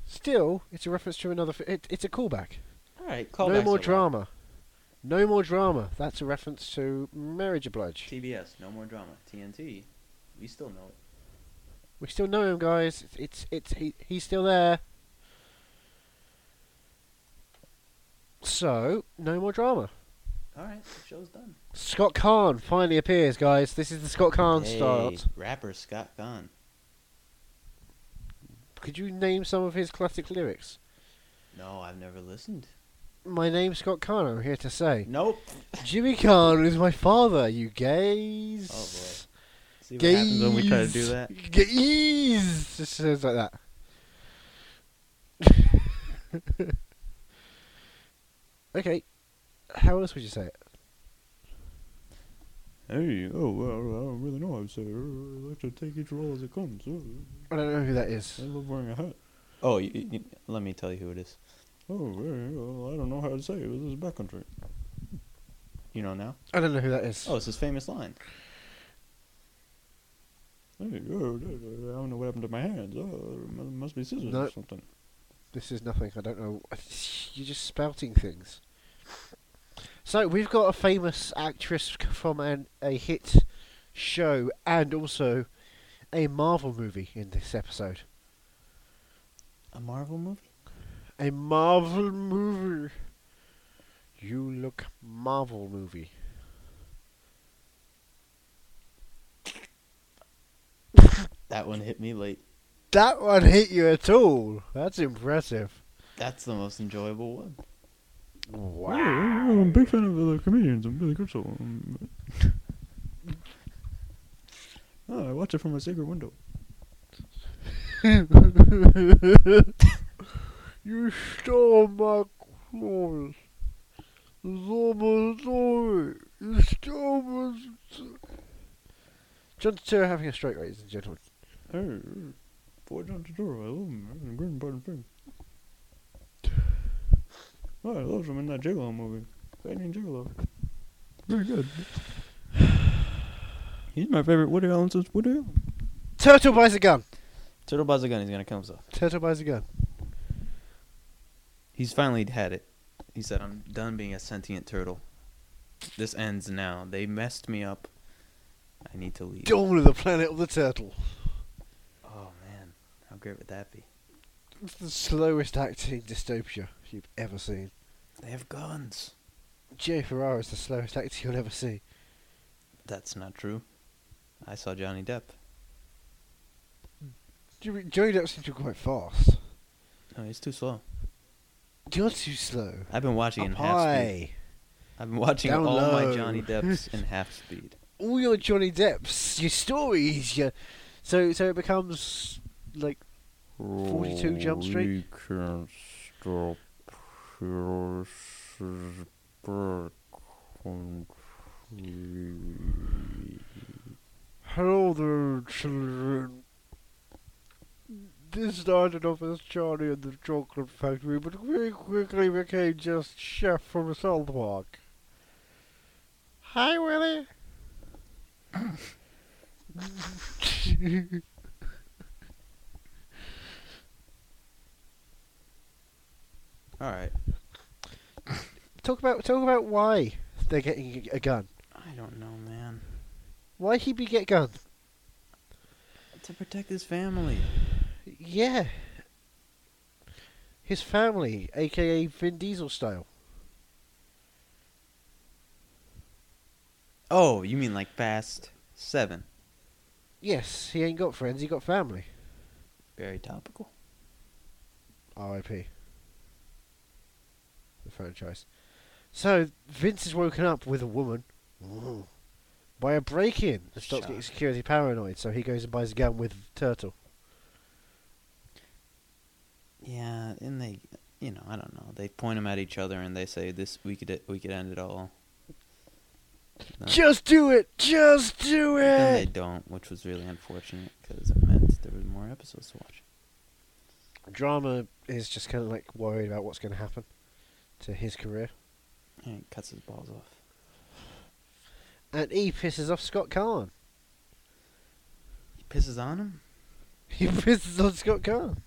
S1: Still, it's a reference to another... Fi- it, it's a callback.
S2: All right. Call
S1: no more drama. No more drama. That's a reference to Marriage Oblige.
S2: TBS. No more drama. TNT. We still know it.
S1: We still know him, guys. It's it's, it's he, he's still there. So no more drama.
S2: All right. The show's done.
S1: Scott Kahn finally appears, guys. This is the Scott Kahn start.
S2: Rapper Scott Gunn.
S1: Could you name some of his classic lyrics?
S2: No, I've never listened.
S1: My name's Scott Kahn. I'm here to say,
S2: Nope.
S1: Jimmy Kahn is my father. You gays.
S2: Oh, boy. See what
S1: Gaze.
S2: happens when we try to do that.
S1: Gaze. Just sounds like that. okay. How else would you say it?
S4: Hey, oh, well, I don't really know. I would say, uh, I like to take each role as it comes. Uh,
S1: I don't know who that is.
S4: I love wearing a hat.
S2: Oh, you, you, you- let me tell you who it is.
S4: Oh, hey, well, I don't know how to say it. This is backcountry.
S2: You know now?
S1: I don't know who that is.
S2: Oh, it's his famous line.
S4: Hey, oh, I don't know what happened to my hands. Oh, there mu- must be scissors or
S1: Nope.
S4: something.
S1: This is nothing. I don't know. You're just spouting things. So we've got a famous actress c- from an, a hit show and also a Marvel movie in this episode.
S2: A Marvel movie?
S1: A Marvel movie. You look Marvel movie.
S2: That one hit me late.
S1: That one hit you at all. That's impressive.
S2: That's the most enjoyable one.
S4: Oh, yeah, I'm a big fan of the comedians. I'm really good so. um, oh, I watch it from a secret window.
S1: you stole my clothes. Zombie, zombie, you stole my. John Turturro having a stroke, ladies and gentlemen.
S4: Hey, uh, boy John Turturro, I love him. man. I'm grin, pardon, thing. Oh, I loved him in that Gigolo movie. Finding Gigolo. Very good. He's my favorite Woody Allen since Woody Allen.
S1: Turtle buys a gun.
S2: Turtle buys a gun. He's gonna come off.
S1: Turtle buys a gun.
S2: He's finally had it. He said, "I'm done being a sentient turtle. This ends now. They messed me up. I need to leave."
S1: Dawn of the planet of the turtle.
S2: Oh man, how great would that be?
S1: It's the slowest acting dystopia you've ever seen.
S2: They have guns.
S1: Jay Ferrara is the slowest actor you'll ever see.
S2: That's not true. I saw Johnny Depp.
S1: Johnny Depp seems to be quite fast.
S2: No, he's too slow.
S1: You're too slow.
S2: I've been watching in
S1: Up
S2: half speed.
S1: high.
S2: I've been watching
S1: Down
S2: all my
S1: low.
S2: Johnny Depps in half speed.
S1: all your Johnny Depps, your stories, your so so it becomes like 42 Jump Street?
S4: You can't stop yourself but completely.
S1: hello there, children. This started off as Johnny and the Chocolate Factory, but very quickly became just Chef from South Park. Hi, Willie.
S2: All right.
S1: talk about talk about why they're getting a gun.
S2: I don't know, man.
S1: Why he be get gun?
S2: To protect his family.
S1: Yeah. His family, aka Vin Diesel style.
S2: Oh, you mean like Fast Seven?
S1: Yes, he ain't got friends, he got family.
S2: Very topical.
S1: R.I.P. The franchise. So Vince is woken up with a woman by a break-in and starts getting
S2: Shock.
S1: security paranoid. So he goes and buys a gun with Turtle.
S2: Yeah, and they, you know, I don't know. They point them at each other and they say, "This we could we could end it all." No.
S1: Just do it. Just do
S2: But Then they
S1: it.
S2: don't, which was really unfortunate because it meant there were more episodes to watch.
S1: Drama is just kind of like worried about what's going to happen to his career,
S2: And it cuts his balls off.
S1: and he pisses off Scott Kahn.
S2: He pisses on him.
S1: He pisses on Scott Kahn.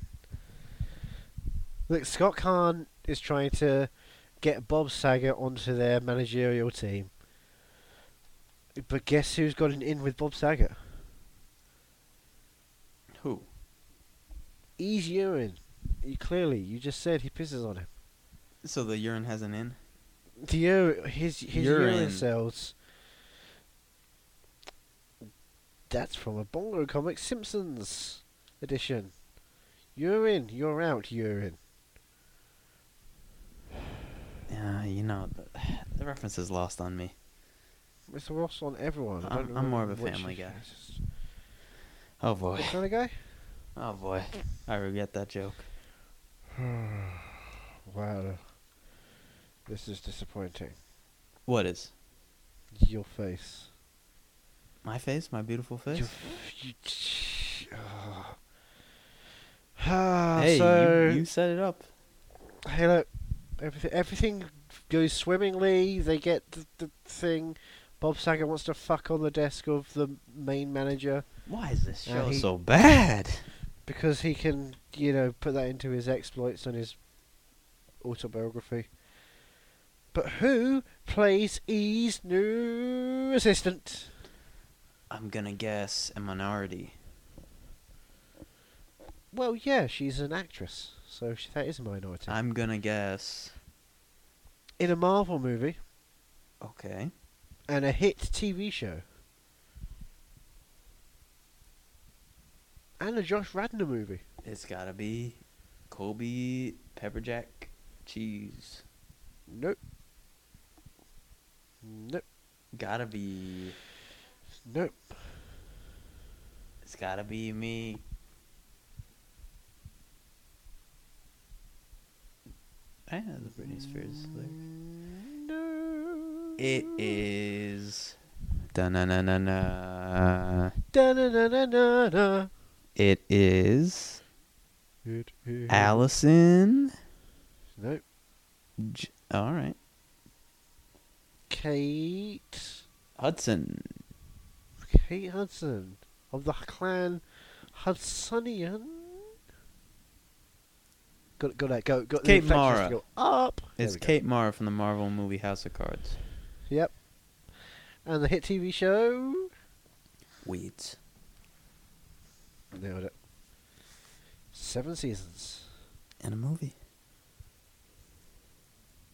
S1: Look, Scott Kahn is trying to get Bob Saget onto their managerial team. But guess who's got an in with Bob Saget?
S2: Who?
S1: He's urine. You, clearly, you just said he pisses on him.
S2: So the urine has an in.
S1: The ur- his his urine.
S2: Urine.
S1: cells. That's from a Bongo comic, Simpsons edition. You're in, you're out, urine.
S2: Yeah, you know, the, the reference is lost on me.
S1: It's lost on everyone. I
S2: I'm-
S1: don't
S2: I'm more of
S1: remember
S2: a
S1: which
S2: Family
S1: is-
S2: Guy.
S1: it's just-
S2: Oh boy.
S1: What kind of guy?
S2: Oh boy. I regret that joke.
S1: wow. This is disappointing.
S2: What is?
S1: Your face.
S2: My face? My beautiful face?
S1: Your f- you- Ah. Ah,
S2: hey,
S1: so
S2: you, you set it up.
S1: hey, look, everything everything goes swimmingly. They get the, the thing. Bob Saget wants to fuck on the desk of the main manager
S2: Why is this
S1: Uh,
S2: show
S1: he-
S2: so bad?
S1: because he can, you know, put that into his exploits and his autobiography. But who plays E's new assistant?
S2: I'm gonna guess a minority.
S1: Well, yeah, she's an actress, so sh that is a minority.
S2: I'm gonna guess.
S1: In a Marvel movie
S2: Okay.
S1: and a hit TV show. And a Josh Radner movie.
S2: It's gotta be Kobe Pepperjack cheese.
S1: Nope. Nope.
S2: Gotta be.
S1: Nope.
S2: It's gotta be me. I know the Britney Spears lyrics.
S1: No.
S2: It is. Da na na na na.
S1: Da na na na na na.
S2: It is
S1: It
S2: Mm-hmm.
S1: is-
S2: Allison.
S1: Nope.
S2: J- All right,
S1: Kate.
S2: Hudson.
S1: Kate Hudson of the clan Hudsonian. Got got that go got the
S2: Kate
S1: inflections
S2: Mara.
S1: to go up. There
S2: It's
S1: we go.
S2: Kate Mara from the Marvel movie House of Cards.
S1: Yep. And the hit TV show.
S2: Weeds.
S1: Nailed it. Seven seasons.
S2: And a movie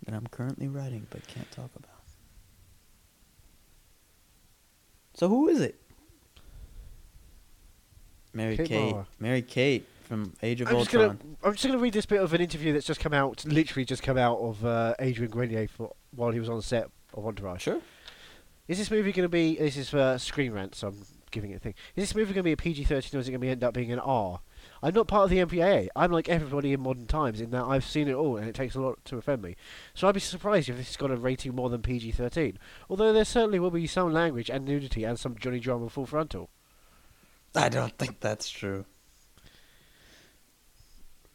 S2: that I'm currently writing but can't talk about. So who is it? Mary
S1: Kate
S2: Kate.
S1: Mara.
S2: Mary Kate from Age of
S1: I'm just
S2: Ultron.
S1: gonna I'm just gonna read this bit of an interview that's just come out, literally just come out of uh, Adrian Grenier for while he was on set of Entourage.
S2: Sure.
S1: Is this movie going to be? This is for Screen Rant, so I'm giving it a thing. Is this movie going to be a PG-13 or is it going to end up being an R? I'm not part of the MPAA. I'm like everybody in modern times in that I've seen it all and it takes a lot to offend me. So I'd be surprised if this has got a rating more than PG-13. Although there certainly will be some language and nudity and some Johnny Drama full frontal.
S2: I don't think that's true.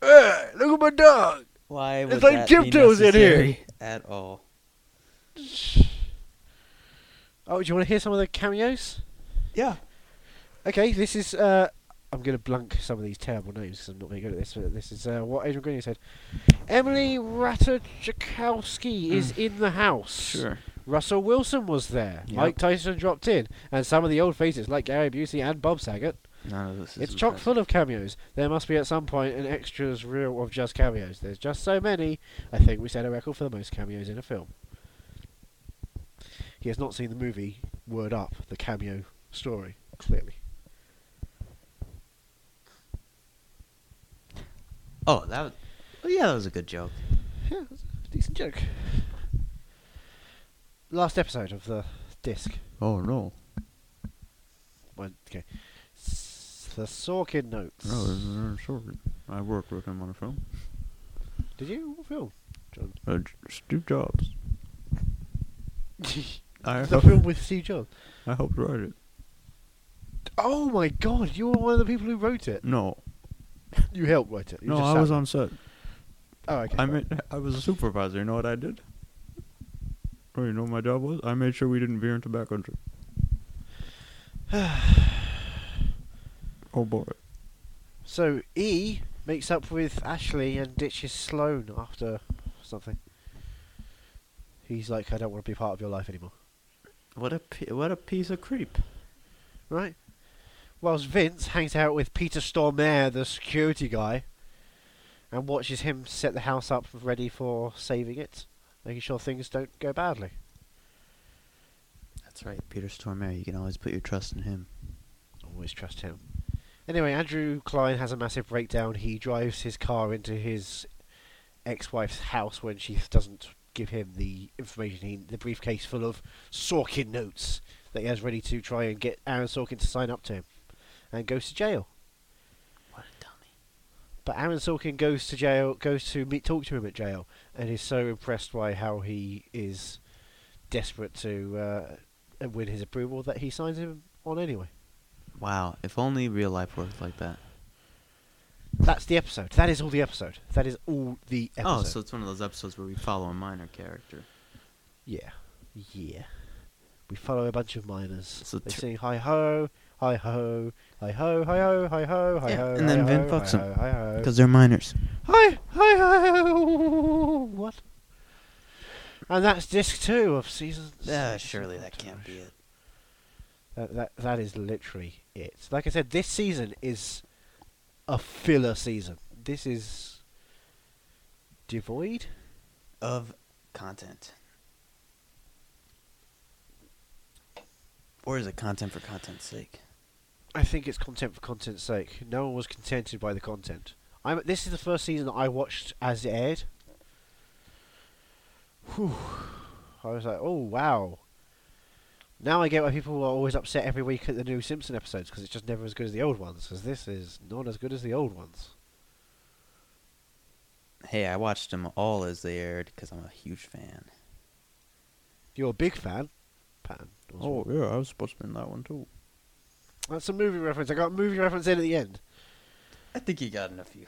S1: Hey, look at my dog.
S2: Why would
S1: It's like
S2: that be
S1: tiptoes in here.
S2: necessary at all?
S1: Oh, do you want to hear some of the cameos?
S2: Yeah.
S1: Okay, this is. Uh, I'm going to blank some of these terrible names 'cause I'm not very good at this. But this is uh, what Adrian Grenier said. Emily
S2: Hmm.
S1: Ratajkowski is in the house.
S4: Sure.
S1: Russell Wilson was there.
S4: Yep.
S1: Mike Tyson dropped in, and some of the old faces like Gary Busey and Bob Saget.
S2: None of this is
S1: it's chock
S2: impressive.
S1: full of cameos. There must be at some point an extras reel of just cameos. There's just so many. I think we set a record for the most cameos in a film. He has not seen the movie Word Up, the cameo story, clearly.
S2: Oh, that. Was, oh, yeah, that was a good joke.
S1: Yeah, that's a decent joke. Last episode of the disc.
S4: Oh no.
S1: Well, okay. S- the Sorkin notes.
S4: No, it's not short. I worked with him on a film.
S1: Did you? What film? John.
S4: Uh, J- Steve Jobs. I
S1: the
S4: helped,
S1: film with Steve Jobs.
S4: I helped write it.
S1: Oh my god, you were one of the people who wrote it.
S4: No,
S1: You helped write it. You
S4: Mm. no,
S1: just
S4: I
S1: sat
S4: was
S1: there.
S4: on set.
S1: Oh, okay.
S4: I mean, I was a supervisor. You know what I did? Oh, you know what my job was? I made sure we didn't veer into backcountry. oh boy.
S1: So E makes up with Ashley and ditches Sloane after something. He's like, I don't want to be part of your life anymore.
S2: What a pi- what a piece of creep.
S1: right? Whilst Vince hangs out with Peter Stormare, the security guy, and watches him set the house up ready for saving it, making sure things don't go badly.
S2: That's right, Peter Stormare. You can always put your trust in him.
S1: Always trust him. Anyway, Andrew Klein has a massive breakdown. He drives his car into his ex-wife's house when she doesn't give him the information, he, the briefcase full of Sorkin notes that he has ready to try and get Aaron Sorkin to sign up to him. and goes to jail.
S2: What a dummy.
S1: But Aaron Sorkin goes to jail, goes to meet, talk to him at jail, and is so impressed by how he is desperate to uh, win his approval that he signs him on anyway.
S2: Wow, if only real life worked like that.
S1: That's the episode. That is all the episode. That is all the episode.
S2: Oh, so it's one of those episodes where we follow a minor character.
S1: yeah, yeah. We follow a bunch of miners.
S2: So
S1: they
S2: tr-
S1: sing hi ho, hi ho, hi ho, hi ho, hi ho, hi
S2: Yeah,
S1: ho.
S2: and then
S1: hi ho,
S2: Vin fucks
S1: hi
S2: him.
S1: ho, hi ho.
S2: Because they're minors.
S1: Hi, hi, hi, ho. What? And that's disc two of season.
S2: Ah,
S1: six.
S2: surely that can't be it.
S1: That, that that is literally it. Like I said, this season is a filler season. This is devoid.
S2: Of content. Or is it content for content's sake?
S1: I think it's content for content's sake. No one was contented by the content. I'm. This is the first season that I watched as it aired. Whew. I was like, oh wow. Now I get why people are always upset every week at the new Simpson episodes because it's just never as good as the old ones. Because this is not as good as the old ones.
S2: Hey, I watched them all as they aired because I'm a huge fan.
S1: You're a big fan, Pan.
S4: Oh yeah, I was supposed to be in that one too.
S1: that's a movie reference. I got a movie reference in at the end.
S2: I think you got enough of you.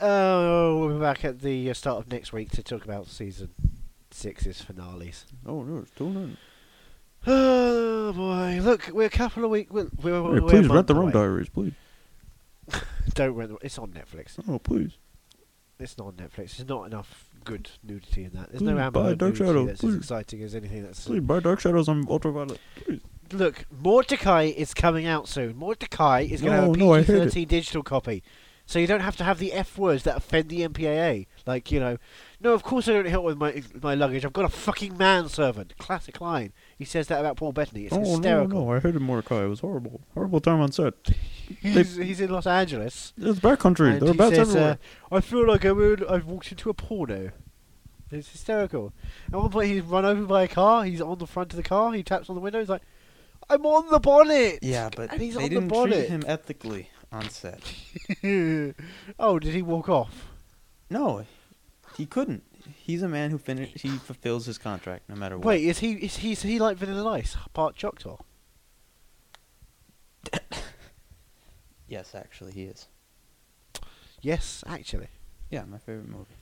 S1: Oh, we'll be back at the uh, start of next week to talk about season six's finales.
S4: Oh no, it's tune in.
S1: Oh boy! Look, we're a couple of week. We're, we're,
S4: Hey,
S1: we're a
S4: please rent
S1: month
S4: the room
S1: away.
S4: diaries, please.
S1: Don't rent. The, it's on Netflix.
S4: Oh please.
S1: It's not on Netflix. There's not enough good nudity in that. There's
S4: Please
S1: no ammo
S4: buy
S1: of
S4: Dark
S1: nudity
S4: Shadow,
S1: that's
S4: please.
S1: as exciting as anything that's.
S4: Please buy Dark Shadows on Ultraviolet. Please.
S1: Look, Mordecai is coming out soon. Mordecai is going to have a
S4: Oh, No, no, I
S1: PG
S4: heard it.
S1: thirteen digital copy, so you don't have to have the f words that offend the MPAA. Like you know, no, of course I don't help with my my luggage. I've got a fucking manservant. Classic line. He says that about Paul Bettany. It's
S4: oh
S1: hysterical.
S4: no, no, I hated Mordecai. It was horrible. Horrible time on set.
S1: He's, he's in Los Angeles.
S4: It's backcountry.
S1: And
S4: There are
S1: he
S4: bats
S1: says,
S4: everywhere.
S1: Uh, I feel like I'm in, I've walked into a porno. It's hysterical. At one point, he's run over by a car. He's on the front of the car. He taps on the window. He's like, "I'm on the bonnet."
S2: Yeah, but
S1: and he's
S2: they
S1: on
S2: didn't
S1: the bonnet.
S2: treat him ethically on set.
S1: oh, did he walk off?
S2: No, he couldn't. He's a man who finish. He fulfills his contract no matter what.
S1: Wait, is he is he is he like Vanilla Ice, part Choctaw?
S2: Yes, actually, he is.
S1: Yes, actually.
S2: Yeah, my favorite movie.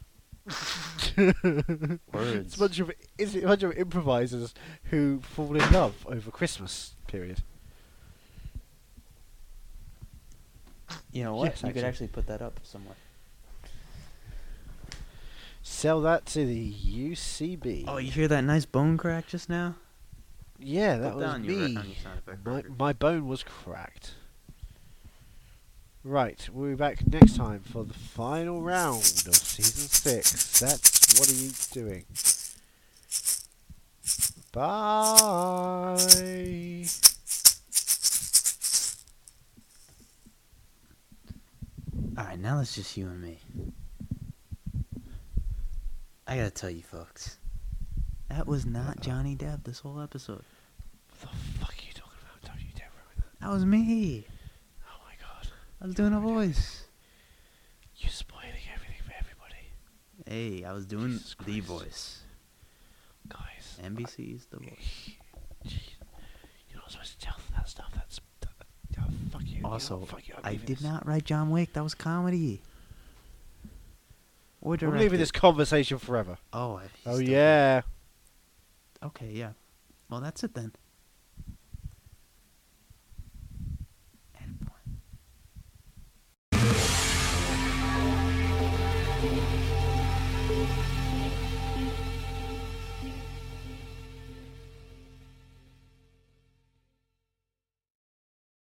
S1: It's
S2: Words.
S1: a bunch of it's a bunch of improvisers who fall in love over Christmas period.
S2: You know what?
S1: Yes,
S2: you could
S1: actually.
S2: actually put that up somewhere.
S1: Sell that to the UCB.
S2: Oh, you hear that nice bone crack just now?
S1: yeah, that
S2: put
S1: was
S2: down your,
S1: me.
S2: on your sound effect
S1: My,
S2: record.
S1: my bone was cracked. Right, we'll be back next time for the final round of season six. That's what are you doing? Bye.
S2: All right, now it's just you and me. I gotta tell you, folks, that was not Johnny Depp this whole episode.
S1: What the fuck are you talking about? Don't you dare ruin that.
S2: That was me.
S1: Oh my god.
S2: I was doing a voice.
S1: You're spoiling everything for everybody.
S2: Hey, I was doing
S1: Jesus
S2: the
S1: Christ.
S2: voice.
S1: Guys.
S2: NBC's the voice.
S1: Jeez. You're not supposed to tell them that stuff. That's. That, oh, fuck you. You.
S2: Also,
S1: fuck you. I'm
S2: I
S1: leaving
S2: did
S1: this.
S2: not write John Wick. That was comedy. Or
S1: I'm
S2: directed.
S1: leaving this conversation forever.
S2: Oh, I
S1: Oh,
S2: still-
S1: yeah.
S2: Okay, yeah. Well, that's it then.